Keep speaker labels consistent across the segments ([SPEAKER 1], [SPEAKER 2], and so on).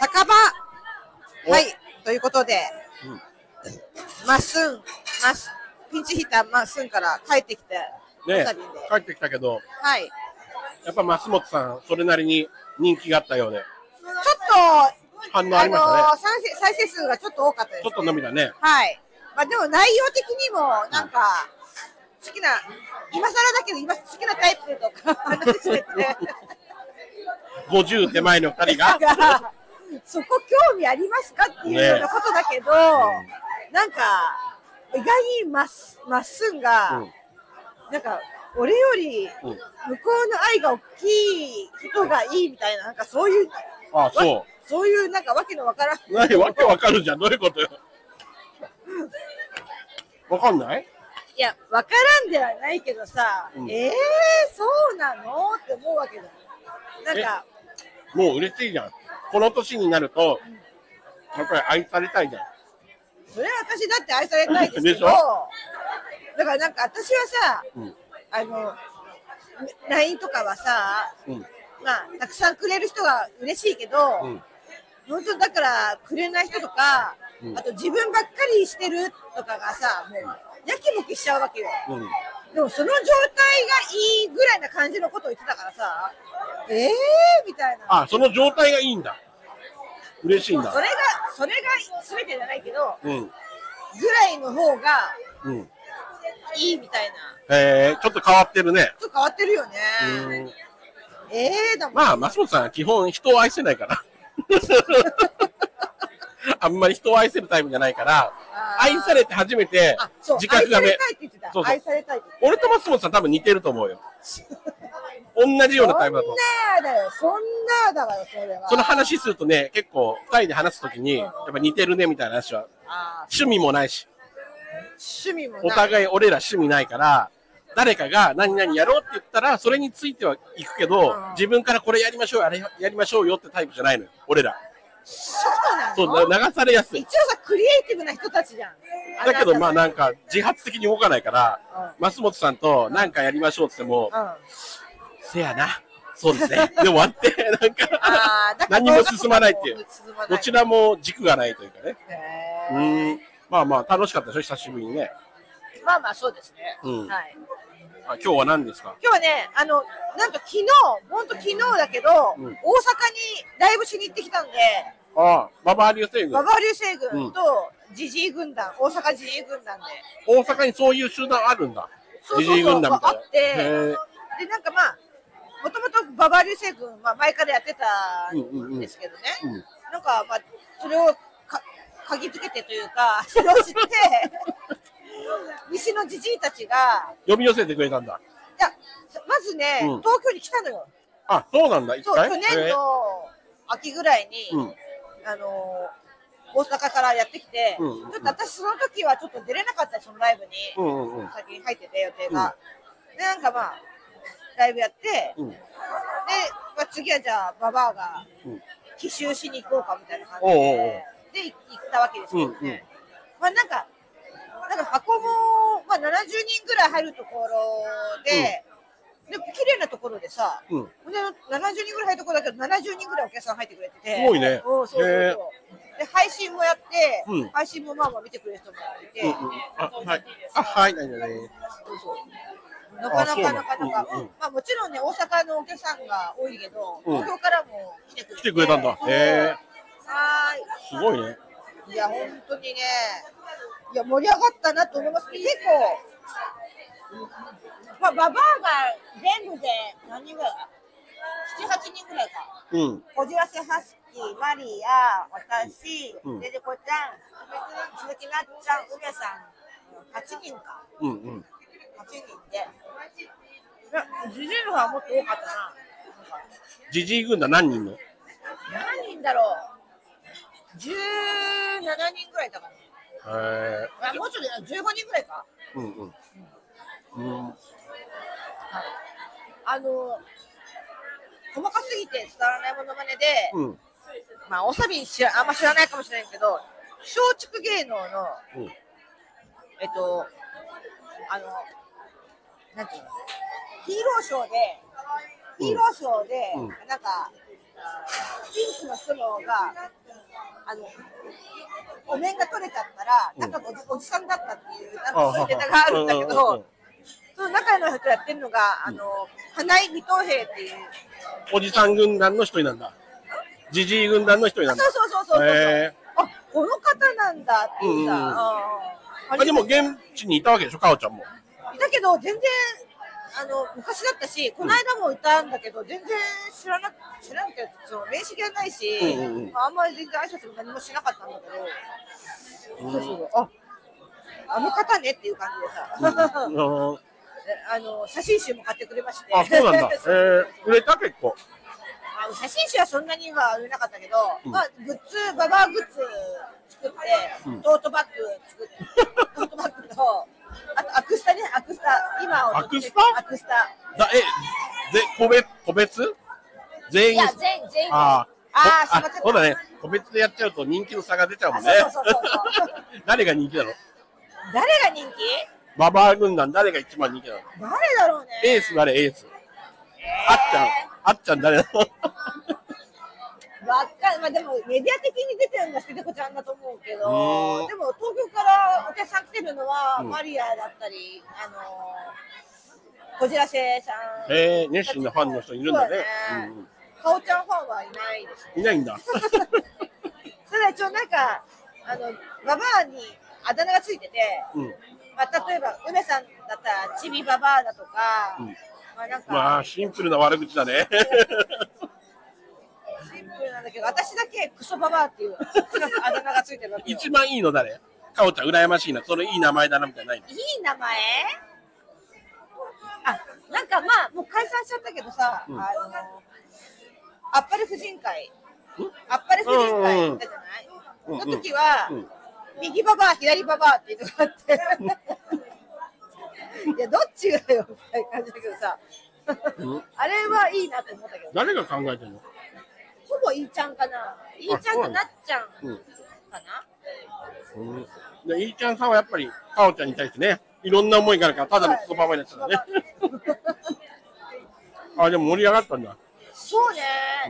[SPEAKER 1] 酒場
[SPEAKER 2] お
[SPEAKER 1] はい、ということで、
[SPEAKER 2] うん
[SPEAKER 1] まっすん、まっすピンチヒッターまっすんから帰ってきて、
[SPEAKER 2] ね
[SPEAKER 1] わさびで、
[SPEAKER 2] 帰ってきたけど、
[SPEAKER 1] はい。ち
[SPEAKER 2] やっぱ増本さん、それなりに人気があったようで、
[SPEAKER 1] ょっと、
[SPEAKER 2] 反応ありましたね
[SPEAKER 1] の再生再生数がちょっと多かったです、
[SPEAKER 2] ちょ
[SPEAKER 1] ね。
[SPEAKER 2] っと涙ね。
[SPEAKER 1] はい。まあでも内容的にも、なんか、好きな、今更だけど、今好きなタイプとか話してて、
[SPEAKER 2] 50手前の2人
[SPEAKER 1] なん、
[SPEAKER 2] が
[SPEAKER 1] か、そこ興味ありますかっていうようなことだけど、なんか、意外にまっすまっすんが、
[SPEAKER 2] うん
[SPEAKER 1] なんか、俺より向
[SPEAKER 2] うん、
[SPEAKER 1] こうの愛が大きい人がいいみたいな、なんかそういう、
[SPEAKER 2] ああそ
[SPEAKER 1] わそういうなんかわけのわからん、
[SPEAKER 2] う。何わけわかるじゃん、どういうことよ。わかんない
[SPEAKER 1] いや、わからんではないけどさ、
[SPEAKER 2] うん
[SPEAKER 1] ええー、そうなのって思うわけだよ。なんか、
[SPEAKER 2] もう嬉しいじゃん。この年になると、やっぱり愛されたいじゃん。
[SPEAKER 1] それは私だって愛されたいですけ
[SPEAKER 2] でし
[SPEAKER 1] ど、
[SPEAKER 2] ょ
[SPEAKER 1] だからなんか私はさ、
[SPEAKER 2] うん。
[SPEAKER 1] あの、LINE とかはさ、
[SPEAKER 2] うん。
[SPEAKER 1] まあ、たくさんくれる人が嬉しいけど、
[SPEAKER 2] うん。
[SPEAKER 1] 本当だからくれない人とか、
[SPEAKER 2] うん
[SPEAKER 1] あと自分ばっかりしてるとかがさ、もう、やきもきしちゃうわけよ。
[SPEAKER 2] うん。
[SPEAKER 1] でもその状態がいいぐらいな感じのことを言ってたからさ、ええー、みたいな。
[SPEAKER 2] あ、その状態がいいんだ。嬉しいん
[SPEAKER 1] もうそ
[SPEAKER 2] だ。
[SPEAKER 1] れが、それが全てじゃないけど、
[SPEAKER 2] うん。
[SPEAKER 1] ぐらいの方が
[SPEAKER 2] うん。
[SPEAKER 1] いいみたいな。
[SPEAKER 2] えー、ちょっと変わってるね。
[SPEAKER 1] ちょっと変わってるよ
[SPEAKER 2] う
[SPEAKER 1] ね。
[SPEAKER 2] ん。
[SPEAKER 1] ええだもん。
[SPEAKER 2] まあ、松本さんは基本人を愛せない から。あんまり人を愛せるタイプじゃないから、
[SPEAKER 1] あー
[SPEAKER 2] 愛されて初めて
[SPEAKER 1] あ、そう、
[SPEAKER 2] 自覚が
[SPEAKER 1] 愛さ
[SPEAKER 2] め
[SPEAKER 1] れたいって言ってた。
[SPEAKER 2] そうそう
[SPEAKER 1] 愛されたいって言って
[SPEAKER 2] 俺と松本さん多分似てると思うよ。同じような
[SPEAKER 1] た。
[SPEAKER 2] タイ
[SPEAKER 1] そん
[SPEAKER 2] プ
[SPEAKER 1] な
[SPEAKER 2] だと思う。
[SPEAKER 1] ーだよ、そんなーだから、それは。
[SPEAKER 2] その話するとね、結構二人で話すときに、やっぱ似てるねみたいな話は、
[SPEAKER 1] あー
[SPEAKER 2] 趣味もないし、
[SPEAKER 1] 趣味もない。
[SPEAKER 2] お互い俺ら趣味ないから、誰かが何々やろうって言ったら、それについては行くけど
[SPEAKER 1] うん、
[SPEAKER 2] 自分からこれやりましょう、あれやりましょうよってタイプじゃないのよ、俺ら。
[SPEAKER 1] そうなの
[SPEAKER 2] そう、な流されやす
[SPEAKER 1] 一
[SPEAKER 2] い
[SPEAKER 1] 応。さ、クリエイティブな人たちじゃん。
[SPEAKER 2] だけどまあなんんか自発的に動かないから、増本さんとなんかやりましょうって言っても、
[SPEAKER 1] か。うん。
[SPEAKER 2] せやな、そうですね。で終わ って、なんか、
[SPEAKER 1] あーだから
[SPEAKER 2] 何も進まないっていう
[SPEAKER 1] どことも進まない
[SPEAKER 2] どちらも軸がないというかね。
[SPEAKER 1] へー
[SPEAKER 2] うーん。まあまあ楽しかったでしょ、久しぶりにね。
[SPEAKER 1] まあまあ、そうですね。
[SPEAKER 2] うん
[SPEAKER 1] はい。
[SPEAKER 2] あ今日は何ですか
[SPEAKER 1] 今日はね、あの、なんと昨日、本当昨日だけど、
[SPEAKER 2] うん
[SPEAKER 1] 大阪にライブしに行ってきたんで、
[SPEAKER 2] ああ、馬場流星群
[SPEAKER 1] 馬。場流星群とジジイ軍団、大阪ジジイ軍団で、
[SPEAKER 2] 大阪にそういう集団あるんだ。
[SPEAKER 1] そうそうそう
[SPEAKER 2] ジジイ軍団みたい
[SPEAKER 1] あって
[SPEAKER 2] な。へえ
[SPEAKER 1] で、なんかまあ、もともと馬場流星群、まあ前からやってた
[SPEAKER 2] うんうん
[SPEAKER 1] ん
[SPEAKER 2] うん
[SPEAKER 1] ですけどね、
[SPEAKER 2] うん
[SPEAKER 1] なんかまあ、それをか、嗅ぎつけてというか、 それを 知って、西のジジイたちが、
[SPEAKER 2] 呼び寄せてくれたんだ。
[SPEAKER 1] いや、まずね、
[SPEAKER 2] うん
[SPEAKER 1] 東京に来たのよ。
[SPEAKER 2] あ、そうなんだ、一
[SPEAKER 1] そう、
[SPEAKER 2] 回
[SPEAKER 1] 去年
[SPEAKER 2] へえ
[SPEAKER 1] の秋ぐらいに、
[SPEAKER 2] うん。
[SPEAKER 1] あのー大阪からやってきて、
[SPEAKER 2] うんうんうん
[SPEAKER 1] ちょっと私その時はちょっと出れなかったそのライブに、
[SPEAKER 2] うんうんうん。
[SPEAKER 1] 先に入ってて予定が、でなんかまあライブやってで、
[SPEAKER 2] うん。
[SPEAKER 1] まあ、次はじゃあババアが
[SPEAKER 2] うん
[SPEAKER 1] 奇襲しに行こうかみたいな感じ
[SPEAKER 2] おうおうおう
[SPEAKER 1] ででい行ったわけですけどね、
[SPEAKER 2] うんうん
[SPEAKER 1] まあなんかなんか箱も、まあ、70人ぐらい入るところで、で綺麗なところでさ、
[SPEAKER 2] うん。
[SPEAKER 1] で70人ぐらい入るところだけど70人ぐらいお客さん入ってくれてて
[SPEAKER 2] すごいね
[SPEAKER 1] うんそうそうそう
[SPEAKER 2] へえ
[SPEAKER 1] で配信もやって、
[SPEAKER 2] うん
[SPEAKER 1] 配信もまあまあ見てくれる人もいて、
[SPEAKER 2] うんうんあ、はい。あ、はい、ないないない。
[SPEAKER 1] そうそうなかなかなか
[SPEAKER 2] そう
[SPEAKER 1] な
[SPEAKER 2] な
[SPEAKER 1] か
[SPEAKER 2] の、うんうん
[SPEAKER 1] まあもちろんね大阪のお客さんが多いけど、
[SPEAKER 2] うん
[SPEAKER 1] 東京からも来てくれて
[SPEAKER 2] 来てくれたんだ。
[SPEAKER 1] そう
[SPEAKER 2] へえ。
[SPEAKER 1] は
[SPEAKER 2] すごいね。
[SPEAKER 1] ーいいや本当にねいや盛り上がったなと思います結構まあババアが全部で何人ぐらい七八人ぐらいか
[SPEAKER 2] うん。
[SPEAKER 1] こじらせハスキー、マリア、私、
[SPEAKER 2] うん
[SPEAKER 1] デデコちゃん、鈴木なっちゃん、梅さん、八人か、
[SPEAKER 2] うんうん。
[SPEAKER 1] 八人で。なジジイの方はもっと多かったな。
[SPEAKER 2] ジジイ軍団何人の
[SPEAKER 1] 何人だろう。十七人ぐらいだか
[SPEAKER 2] へえ。
[SPEAKER 1] ら。あもうちょっと十五人ぐらいか。
[SPEAKER 2] うんうん。うん。
[SPEAKER 1] あの細かすぎて伝わらないものまねで、
[SPEAKER 2] うん。
[SPEAKER 1] まあおさび知らあんま知らないかもしれないけど、松竹芸能の
[SPEAKER 2] うん。
[SPEAKER 1] えっと、あの、なんていうの、ヒーローショーで、ヒーローショーで、
[SPEAKER 2] うん
[SPEAKER 1] なんか、ピンクの人の方が、あの、お面が取れちゃったら、
[SPEAKER 2] うん
[SPEAKER 1] 中がおじおじさんだったっていう、なん
[SPEAKER 2] あ
[SPEAKER 1] か
[SPEAKER 2] は
[SPEAKER 1] そういう
[SPEAKER 2] は
[SPEAKER 1] ネタがあるんだけ
[SPEAKER 2] ううう
[SPEAKER 1] ど
[SPEAKER 2] ん、
[SPEAKER 1] その中の人やってるのが、あの、花井美藤兵っていう、
[SPEAKER 2] おじさん軍団の一人なんだ。じじい軍団の一人な
[SPEAKER 1] あ
[SPEAKER 2] んだ
[SPEAKER 1] そう。そうそうそうそう、
[SPEAKER 2] へ
[SPEAKER 1] あ、この方なんだっていうさ、
[SPEAKER 2] うんうんうん
[SPEAKER 1] うん
[SPEAKER 2] あでも現地にいたわけでしょ、かおちゃんも。
[SPEAKER 1] だけど全然あの昔だったしこの間もいたんだけど、全然知らな知らなくてその面識がないし、
[SPEAKER 2] うんうんうん
[SPEAKER 1] まああんまり全然挨拶も何もしなかったんだけど、そうそうそうああの方ねっていう感じでさ、
[SPEAKER 2] う
[SPEAKER 1] で
[SPEAKER 2] ん
[SPEAKER 1] あの写真集も買ってくれまして
[SPEAKER 2] あ、そうなんだ。え
[SPEAKER 1] そうそう
[SPEAKER 2] ー、売れた結構。
[SPEAKER 1] あの写真集はそんなには売れなかったけど、
[SPEAKER 2] うん
[SPEAKER 1] まあグッズババアグッズ作って、
[SPEAKER 2] うん
[SPEAKER 1] トートバッグ作ってトートバッグとあとアクスタねアクスタ今を
[SPEAKER 2] アクスタ
[SPEAKER 1] アクスタ
[SPEAKER 2] だえ、ぜ個別、個別全
[SPEAKER 1] い
[SPEAKER 2] 員
[SPEAKER 1] や、。全員、全員。
[SPEAKER 2] あ
[SPEAKER 1] あー
[SPEAKER 2] あ
[SPEAKER 1] しまっちゃった
[SPEAKER 2] そうだね。個別でやっちゃうと人気の差が出ちゃうもんね
[SPEAKER 1] あそうそうそうそ。
[SPEAKER 2] 誰が人気なの
[SPEAKER 1] 誰が人気
[SPEAKER 2] ババア軍団誰が一番人気なの
[SPEAKER 1] 誰だろうね。
[SPEAKER 2] エース誰エース。あっちゃん、あっちゃん誰な の
[SPEAKER 1] わっかんまあでも、メディア的に出てるのはステテコちゃんだと思うけ
[SPEAKER 2] う
[SPEAKER 1] ど
[SPEAKER 2] ん、
[SPEAKER 1] でも、東京からお客さん来てるのは、
[SPEAKER 2] うん
[SPEAKER 1] マリアだったり、あのー、こじらせさん。
[SPEAKER 2] えー、熱心なファンの人いるんだね。
[SPEAKER 1] そううん
[SPEAKER 2] う
[SPEAKER 1] かおちゃんファンはいないですね。
[SPEAKER 2] んいないんだ。
[SPEAKER 1] ただ一応なんか、あの、ババアにあだ名がついてて、
[SPEAKER 2] うん。
[SPEAKER 1] まあ、例えば、梅さんだったら、ちびババアだとか、
[SPEAKER 2] うん
[SPEAKER 1] まあなんか、
[SPEAKER 2] まあ、シンプルな悪口だね。
[SPEAKER 1] シンプルなんだけど、私だけクソババアっていうあだ名がついてるわけよ。
[SPEAKER 2] 一番いいの誰かおちゃん、羨ましいな。それいい名前だな、みたいなのない
[SPEAKER 1] いい名前あ、なんかまあ、もう解散しちゃったけどさ、
[SPEAKER 2] うん
[SPEAKER 1] あの、あっぱれ婦人会
[SPEAKER 2] ん、
[SPEAKER 1] あっぱれ婦人会行ったじゃない、
[SPEAKER 2] うんうん
[SPEAKER 1] の時は、
[SPEAKER 2] の。うん。
[SPEAKER 1] 右ババア、左ババアっていうのがあ って、いや、どっちがよみたいな感じだけどさ、
[SPEAKER 2] うん
[SPEAKER 1] あれはいいなと思ったけど、
[SPEAKER 2] 誰が考えてるの
[SPEAKER 1] ほぼいいちゃんかな。いいちゃんとなっちゃんか
[SPEAKER 2] うん
[SPEAKER 1] な。
[SPEAKER 2] うんで、いいちゃんさんはやっぱり、かおちゃんに対してね、いろんな思いがあるから、ただのクソババアになっちゃったね。あ、でも盛り上がったんだ。
[SPEAKER 1] そうね、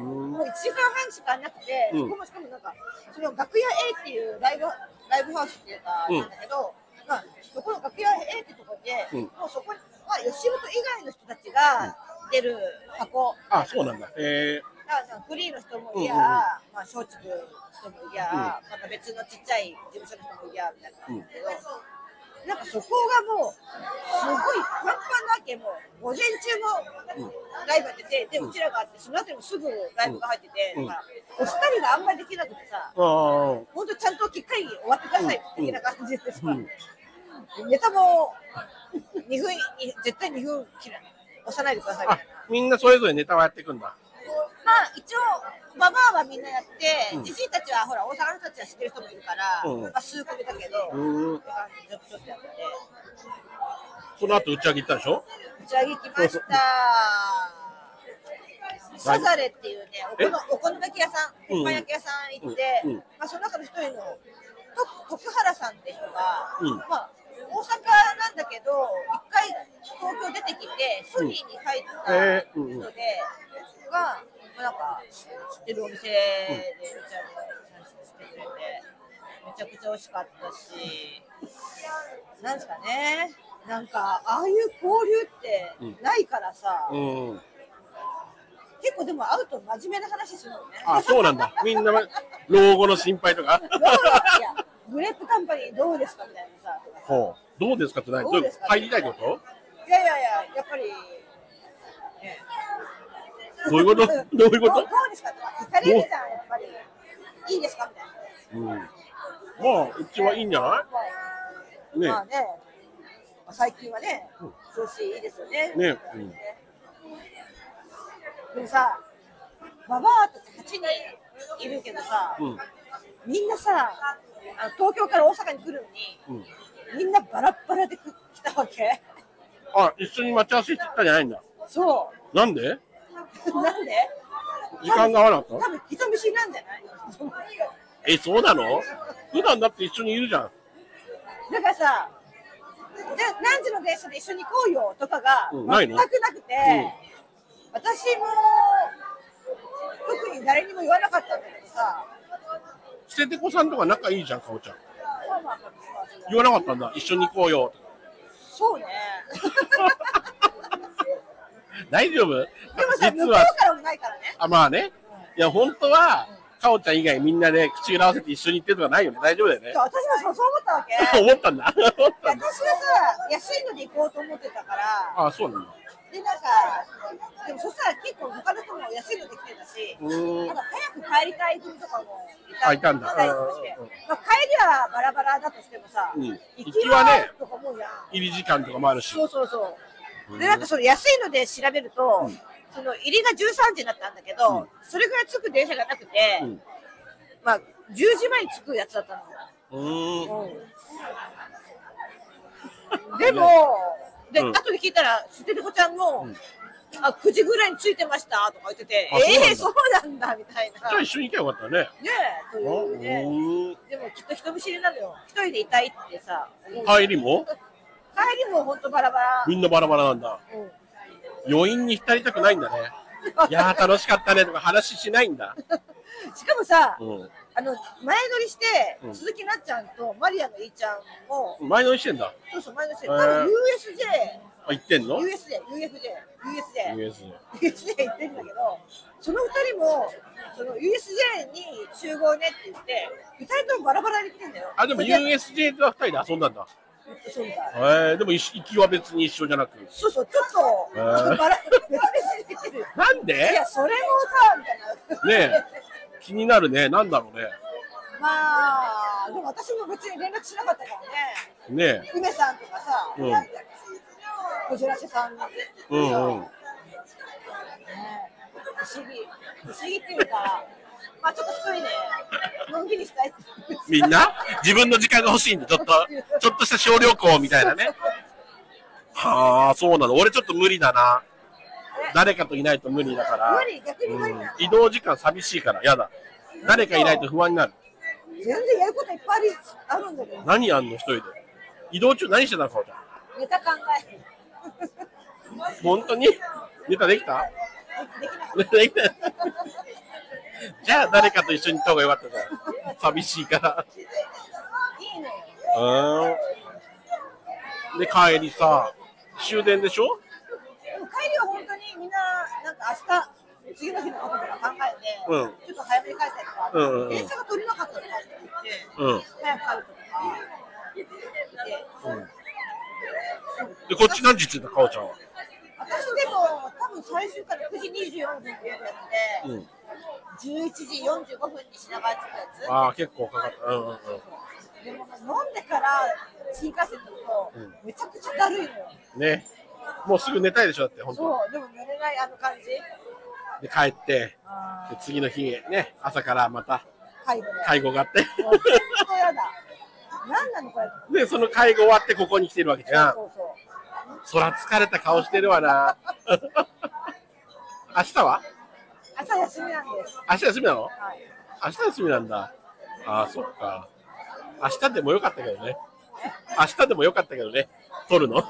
[SPEAKER 2] うん
[SPEAKER 1] もう1時間半しかなくて、
[SPEAKER 2] うん
[SPEAKER 1] そこもしかもなんか、その楽屋 A っていうライブライブハウスっていうか、
[SPEAKER 2] うん
[SPEAKER 1] なんだけど、まあ、そこの楽屋 A ってとこで、
[SPEAKER 2] うん
[SPEAKER 1] もうそこは吉本以外の人たちが出る箱、
[SPEAKER 2] あ、そうなんだ。え
[SPEAKER 1] だからなんかフリーの人もいや、
[SPEAKER 2] うんうんうん
[SPEAKER 1] まあ、松竹の人もいや、また別のちっちゃい事務所の人もいやみたいな感じだけど、なんかそこがもう、すごいパンパンなわけ、もう午前中もライブが出て、で、うちらがあって、その後もすぐライブが入ってて、
[SPEAKER 2] うん
[SPEAKER 1] だから、お二人があんまりできなくてさ、
[SPEAKER 2] ー、あ
[SPEAKER 1] 本当ちゃんときっかり終わってください的な感じでさ、
[SPEAKER 2] あ、うん。
[SPEAKER 1] ネタも2分、に絶対2分切ら押さないでくださいみたい
[SPEAKER 2] あ
[SPEAKER 1] な。、
[SPEAKER 2] みんなそれぞれネタをやっていくんだ。
[SPEAKER 1] まあ一応ババアはみんなやって
[SPEAKER 2] うん
[SPEAKER 1] じじいたちはほら大阪の人たちは知ってる人もいるから、
[SPEAKER 2] うん
[SPEAKER 1] まあ数個目だけど、
[SPEAKER 2] うん
[SPEAKER 1] って感じでちょっとやって
[SPEAKER 2] その後打ち上げ行ったでしょ
[SPEAKER 1] 打ち上げきましたサザレっていうねお
[SPEAKER 2] え
[SPEAKER 1] 好お好み焼き屋さん
[SPEAKER 2] うん
[SPEAKER 1] 鉄板焼き屋さん行って、
[SPEAKER 2] うんうん
[SPEAKER 1] まあ、その中の一人のと徳原さんって人が、
[SPEAKER 2] うん
[SPEAKER 1] まあ大阪なんだけど一回東京出てきてソニーに入った
[SPEAKER 2] えー
[SPEAKER 1] 人
[SPEAKER 2] う
[SPEAKER 1] で、
[SPEAKER 2] んうん
[SPEAKER 1] が、まあ、なんか知ってるお店でめちゃくちゃしてくれてめちゃくちゃ美味しかったしなんですかねなんかああいう交流ってないからさ、
[SPEAKER 2] うん。
[SPEAKER 1] 結構でも会うと真面目な話するのね。
[SPEAKER 2] あ、そうなんだ。みんな、老後の心配とか。
[SPEAKER 1] どういやグレープカンパニーどうですかみたいなさとかさ
[SPEAKER 2] ほう。どうですかって何
[SPEAKER 1] どうですか
[SPEAKER 2] 入りたいこと
[SPEAKER 1] いやいやいややっぱり、ね
[SPEAKER 2] どういうことどういうこと
[SPEAKER 1] どうですかとか聞かれるじゃんやっぱりいいですかみたいな
[SPEAKER 2] うん。まあ、うちはいいんじゃな
[SPEAKER 1] はい
[SPEAKER 2] ね
[SPEAKER 1] まあね、まあ最近はね、
[SPEAKER 2] うん
[SPEAKER 1] 調子いいですよね。
[SPEAKER 2] ねうん
[SPEAKER 1] でもさ、ババアたち8人いるけどさ、
[SPEAKER 2] いうん。
[SPEAKER 1] みんなさ、あの東京から大阪に来るの
[SPEAKER 2] うん。
[SPEAKER 1] に、みんなバラッバラで来来たわけ。
[SPEAKER 2] あ、一緒に待ち合わせ行ったんじゃないんだ。
[SPEAKER 1] そ
[SPEAKER 2] なんで
[SPEAKER 1] う。 なんで
[SPEAKER 2] 時間が合わなか
[SPEAKER 1] 多
[SPEAKER 2] った
[SPEAKER 1] 分人見知りなんじゃない
[SPEAKER 2] え、そうなの普段だって一緒にいるじゃん。
[SPEAKER 1] だからさ、じゃあ何時の電車で一緒に行こうよとかが
[SPEAKER 2] う
[SPEAKER 1] 全
[SPEAKER 2] ん
[SPEAKER 1] く
[SPEAKER 2] ない
[SPEAKER 1] な
[SPEAKER 2] の
[SPEAKER 1] くて、私も特に誰にも言わなかったんだけどさ、
[SPEAKER 2] 捨ててこさんとか仲いいじゃん、かおちゃん。
[SPEAKER 1] まあまあまあまあ
[SPEAKER 2] 言わなかったんだ、一緒に行こうよとか。
[SPEAKER 1] そう ね。
[SPEAKER 2] 大丈夫
[SPEAKER 1] でもさ、
[SPEAKER 2] 実
[SPEAKER 1] 向こ
[SPEAKER 2] は、
[SPEAKER 1] うからもないからね。
[SPEAKER 2] あ、まあね。いや、本当は、かおちゃん以外みんなで口裏合わせて一緒に行ってるとかないよね。大丈夫だよね
[SPEAKER 1] そ。う私もそうそう思ったわけ。いや
[SPEAKER 2] 思ったんだ。思っ
[SPEAKER 1] 私
[SPEAKER 2] た
[SPEAKER 1] は
[SPEAKER 2] ん
[SPEAKER 1] さ
[SPEAKER 2] だ。、
[SPEAKER 1] 安いので行こうと思ってたから、
[SPEAKER 2] あ、そうなんだ。
[SPEAKER 1] で、なんか、でもそしたら結構他の人も安いので来てたし、
[SPEAKER 2] うーん
[SPEAKER 1] なんか早く帰りたい組とかも
[SPEAKER 2] あいたんだ
[SPEAKER 1] いとかして
[SPEAKER 2] うんうん
[SPEAKER 1] まあ、帰りはバラバラだとしてもさ、
[SPEAKER 2] うん
[SPEAKER 1] 行
[SPEAKER 2] 行
[SPEAKER 1] き
[SPEAKER 2] きは
[SPEAKER 1] は
[SPEAKER 2] ね
[SPEAKER 1] とか思うやん。
[SPEAKER 2] 入り時間とかもあるし。
[SPEAKER 1] そうそうそう。で、なんかその安いので調べると、その入りが13時だったんだけど、
[SPEAKER 2] うん
[SPEAKER 1] それぐらい着く電車がなくて、
[SPEAKER 2] うん。
[SPEAKER 1] まあ、10時前に着くやつだったの。
[SPEAKER 2] うーん。
[SPEAKER 1] でも、で、
[SPEAKER 2] うん
[SPEAKER 1] 後で聞いたら、すててこちゃんも、
[SPEAKER 2] うん
[SPEAKER 1] あ、9時ぐらいに着いてましたとか言ってて、
[SPEAKER 2] あそうなんだ
[SPEAKER 1] ええそうなんだみたいな。
[SPEAKER 2] じゃあ
[SPEAKER 1] ね
[SPEAKER 2] 一緒に行けばよかったね。
[SPEAKER 1] え、というね。
[SPEAKER 2] うん
[SPEAKER 1] でもきっと人見知りなのよ。一人でいたいってさ、思う
[SPEAKER 2] 帰りも
[SPEAKER 1] 帰りもほんとバラバラ。
[SPEAKER 2] みんなバラバラなんだ。
[SPEAKER 1] うん
[SPEAKER 2] 余韻に浸りたくないんだね。いやー楽しかったねとか話しないんだ。
[SPEAKER 1] しかもさ、
[SPEAKER 2] う
[SPEAKER 1] あの前乗りして、
[SPEAKER 2] うん
[SPEAKER 1] 鈴木なっちゃんとマリアのいーちゃんも、
[SPEAKER 2] ん。前乗りしてんだ。
[SPEAKER 1] そうそう、前乗りして、
[SPEAKER 2] へ
[SPEAKER 1] 多
[SPEAKER 2] ー
[SPEAKER 1] 分 USJ、
[SPEAKER 2] あ、行ってんの
[SPEAKER 1] USJ、UFJ、USJ、
[SPEAKER 2] ?US。
[SPEAKER 1] USJ 行ってんだけど、その二人も、その USJ に集合ねって言って、二人ともバラバラに行ってんだよ。
[SPEAKER 2] あ、でも
[SPEAKER 1] それ
[SPEAKER 2] USJ とは二人で遊んだんだ。
[SPEAKER 1] そうみたい
[SPEAKER 2] えー、でも一緒行きは別に一緒じゃなく。
[SPEAKER 1] そうそう、ちょっと、
[SPEAKER 2] へー
[SPEAKER 1] バラ、別々に行ってる。
[SPEAKER 2] なん
[SPEAKER 1] い
[SPEAKER 2] で
[SPEAKER 1] や、それもさ、みたいな。
[SPEAKER 2] ねえ。気になるね。なんだろう
[SPEAKER 1] まあ、でも私も別に連絡しなかったからね。
[SPEAKER 2] ね。ねえ。
[SPEAKER 1] 梅さんとかさ、
[SPEAKER 2] うん
[SPEAKER 1] こじらせさんに。
[SPEAKER 2] うんうん
[SPEAKER 1] ね不思議。不思議っていうか、まあちょっと一人で、のんびりしたいっていう
[SPEAKER 2] み んな自分の時間が欲しいんで、ちょっと、ちょっとした小旅行みたいなね。はあ、そうなの。俺ちょっと無理だな。誰かといないと無理だから。
[SPEAKER 1] 無理、逆に無理なの。
[SPEAKER 2] 移動時間寂しいから、やだ。誰かいないと不安になる。
[SPEAKER 1] 全然やることいっぱいあるんだけど、
[SPEAKER 2] 何やんの、一人で。移動中何してたの、かおちゃん。
[SPEAKER 1] ネタ考える。
[SPEAKER 2] 本当にネタでき
[SPEAKER 1] でき
[SPEAKER 2] た
[SPEAKER 1] なかっ
[SPEAKER 2] ネタできた じゃあ、誰かと一緒に行った方がよかったじゃん。寂しいから。
[SPEAKER 1] た。いいね。
[SPEAKER 2] うん。で、帰りさ、終電でしょ
[SPEAKER 1] でも帰りは本当にみんな、なんか明日、次の日のこととか考えて、
[SPEAKER 2] うん
[SPEAKER 1] ちょっと早めに帰ったりとか、
[SPEAKER 2] うんうんうん
[SPEAKER 1] 電車が取れなかったとかって言って、
[SPEAKER 2] うん。
[SPEAKER 1] 早く帰ることとか、言って、
[SPEAKER 2] で、こっち何時着いた、かおちゃんは。
[SPEAKER 1] 私でも多分最終から9時24分っていうやつで、
[SPEAKER 2] うん。
[SPEAKER 1] 11時45分に品川着くやつ。
[SPEAKER 2] ああ、結構かかった。うんうんうん。
[SPEAKER 1] でも飲んでから新幹線乗ると、
[SPEAKER 2] うん
[SPEAKER 1] めちゃくちゃだるいのよ。
[SPEAKER 2] ね。もうすぐ寝たいでしょ、だって、本当。
[SPEAKER 1] そう、でも寝れないあの感じ。
[SPEAKER 2] で、帰って、
[SPEAKER 1] あ
[SPEAKER 2] で次の日、ね、朝からまた
[SPEAKER 1] ー介護で。
[SPEAKER 2] 介護があって。
[SPEAKER 1] もう本当やだ。なんなのこれ。
[SPEAKER 2] で、その介護終わってここに来てるわけじゃん。
[SPEAKER 1] そうそう。
[SPEAKER 2] そら疲れた顔してるわな。 明日は
[SPEAKER 1] 朝休みなんです。
[SPEAKER 2] 明日休みなの
[SPEAKER 1] はい。
[SPEAKER 2] 明日休みなんだ。ああ、そっか。明日でもよかったけどね。明日でもよかったけどね。撮るの
[SPEAKER 1] あ、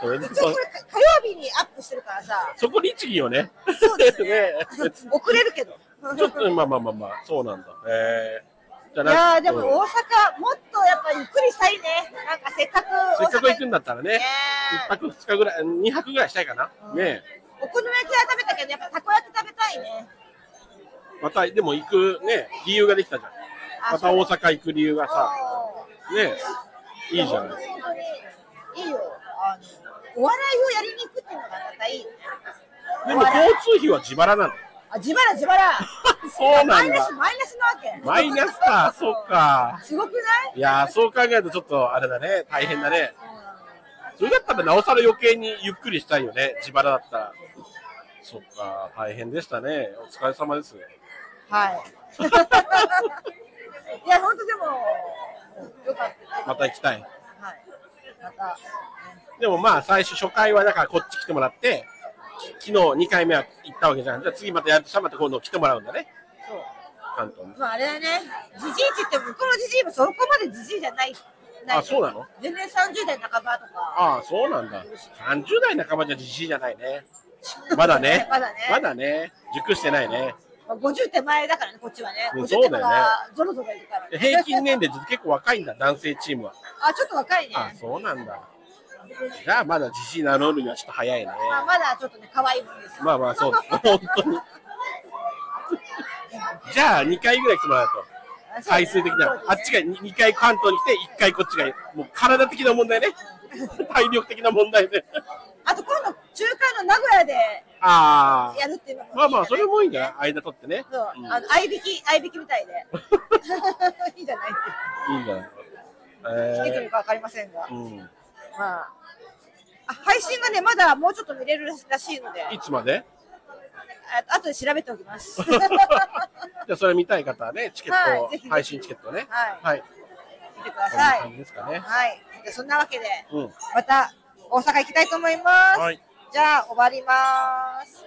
[SPEAKER 1] 撮るの
[SPEAKER 2] うん
[SPEAKER 1] 一応これ火曜日にアップしてるからさ、
[SPEAKER 2] そこ律儀よね。
[SPEAKER 1] そうです ね
[SPEAKER 2] 別に
[SPEAKER 1] 遅れるけど。
[SPEAKER 2] ちょっと、まあまあまあまあ、そうなんだ。えー、じゃ
[SPEAKER 1] いや
[SPEAKER 2] な
[SPEAKER 1] ーでも
[SPEAKER 2] うん
[SPEAKER 1] 大阪、もっとやっぱゆっくりしたいね。なんかせっかく
[SPEAKER 2] せっ
[SPEAKER 1] 大
[SPEAKER 2] かく
[SPEAKER 1] 阪
[SPEAKER 2] 行くんだったらね、一泊二日ぐらい、二泊ぐらいしたいかな。ねえ
[SPEAKER 1] お好み焼きは食べたけど、やっぱたこ焼き食べたいね。
[SPEAKER 2] また、でも行くね、理由ができたじゃん。
[SPEAKER 1] あ
[SPEAKER 2] また大阪行く理由がさ、
[SPEAKER 1] う
[SPEAKER 2] ね
[SPEAKER 1] ん
[SPEAKER 2] えいいじゃない。
[SPEAKER 1] 本当にいいよ。あのお笑いをやりに行くっていうのがまたいい。
[SPEAKER 2] でも交通費は自腹なの。
[SPEAKER 1] あ、自腹自腹。
[SPEAKER 2] そう
[SPEAKER 1] マ
[SPEAKER 2] な
[SPEAKER 1] イ
[SPEAKER 2] ん
[SPEAKER 1] ナス、
[SPEAKER 2] だ。
[SPEAKER 1] マイナスなわけ。
[SPEAKER 2] マイナスか、そっ。か。
[SPEAKER 1] すごくない
[SPEAKER 2] いやー、そう考えるとちょっとあれだね、大変だね。
[SPEAKER 1] そうなの
[SPEAKER 2] それだったらなおさら余計にゆっくりしたいよね、自腹だったら。そっか、大変でしたね。お疲れ様です。
[SPEAKER 1] はい。いや、本当でも、よかった。
[SPEAKER 2] また行きたい。
[SPEAKER 1] はい。また、
[SPEAKER 2] でもまあ、最初、初回はだからこっち来てもらって、き昨日2回目は行ったわけじゃん。じゃあ次またやるとしたらまた今度来てもらうんだね、
[SPEAKER 1] そう。
[SPEAKER 2] 関東に。
[SPEAKER 1] まあ、あれだね、じじいって言っても、向こうのじじいもそこまでじじいじゃない。ない
[SPEAKER 2] あそうなの
[SPEAKER 1] 全然30代半ばとか。
[SPEAKER 2] ああ、そうなんだ。30代半ばじゃ自信じゃないね。まだね
[SPEAKER 1] 。まだね
[SPEAKER 2] まだね。熟してないね。
[SPEAKER 1] まあ、50手前だからね、こっちはね。
[SPEAKER 2] うん
[SPEAKER 1] 50
[SPEAKER 2] そう
[SPEAKER 1] 手
[SPEAKER 2] だよね
[SPEAKER 1] 前がゾロゾロいるから、
[SPEAKER 2] で平均年齢ずっと結構若いんだ、男性チームは。
[SPEAKER 1] あ、ちょっと若いね。
[SPEAKER 2] あ、そうなんだ。じゃあ、まだじじい名乗るにはちょっと早いね。
[SPEAKER 1] まあ、まだちょっとね、可愛いもんですよ。
[SPEAKER 2] まあま あ、そうです。本当に。じゃあ、2回ぐらい来てもらうと。
[SPEAKER 1] あそうだね
[SPEAKER 2] 回数的な。あっちが 2, 回関東に来て、1回こっちが。もう体的な 問題ね。体力的な問題で。
[SPEAKER 1] あと今度、中華の名古屋で
[SPEAKER 2] ああ。
[SPEAKER 1] やるっていうのもいいんじゃな
[SPEAKER 2] まあ
[SPEAKER 1] い
[SPEAKER 2] まあ、それもいいんじゃない間取ってね。
[SPEAKER 1] そう、
[SPEAKER 2] うん
[SPEAKER 1] あの、合いびき、合いびきみ たいで。いいんじゃない
[SPEAKER 2] いいんじゃない
[SPEAKER 1] 来てくれ
[SPEAKER 2] え
[SPEAKER 1] るかわかりませんが。
[SPEAKER 2] ーうん。
[SPEAKER 1] まあ。あ配信がね、まだもうちょっと見れるらしいので、
[SPEAKER 2] いつまで
[SPEAKER 1] あ後で調べておきます。
[SPEAKER 2] じゃあ、それ見たい方はね、チケットを
[SPEAKER 1] はいぜひぜひ
[SPEAKER 2] 配信チケットね。
[SPEAKER 1] はい
[SPEAKER 2] はい。
[SPEAKER 1] 見てくだ
[SPEAKER 2] こんな
[SPEAKER 1] さ
[SPEAKER 2] 感じ
[SPEAKER 1] い。
[SPEAKER 2] ですかね。
[SPEAKER 1] はい。じゃあそんなわけで、
[SPEAKER 2] うん。
[SPEAKER 1] また大阪行きたいと思います。
[SPEAKER 2] はい
[SPEAKER 1] じゃあ終わります。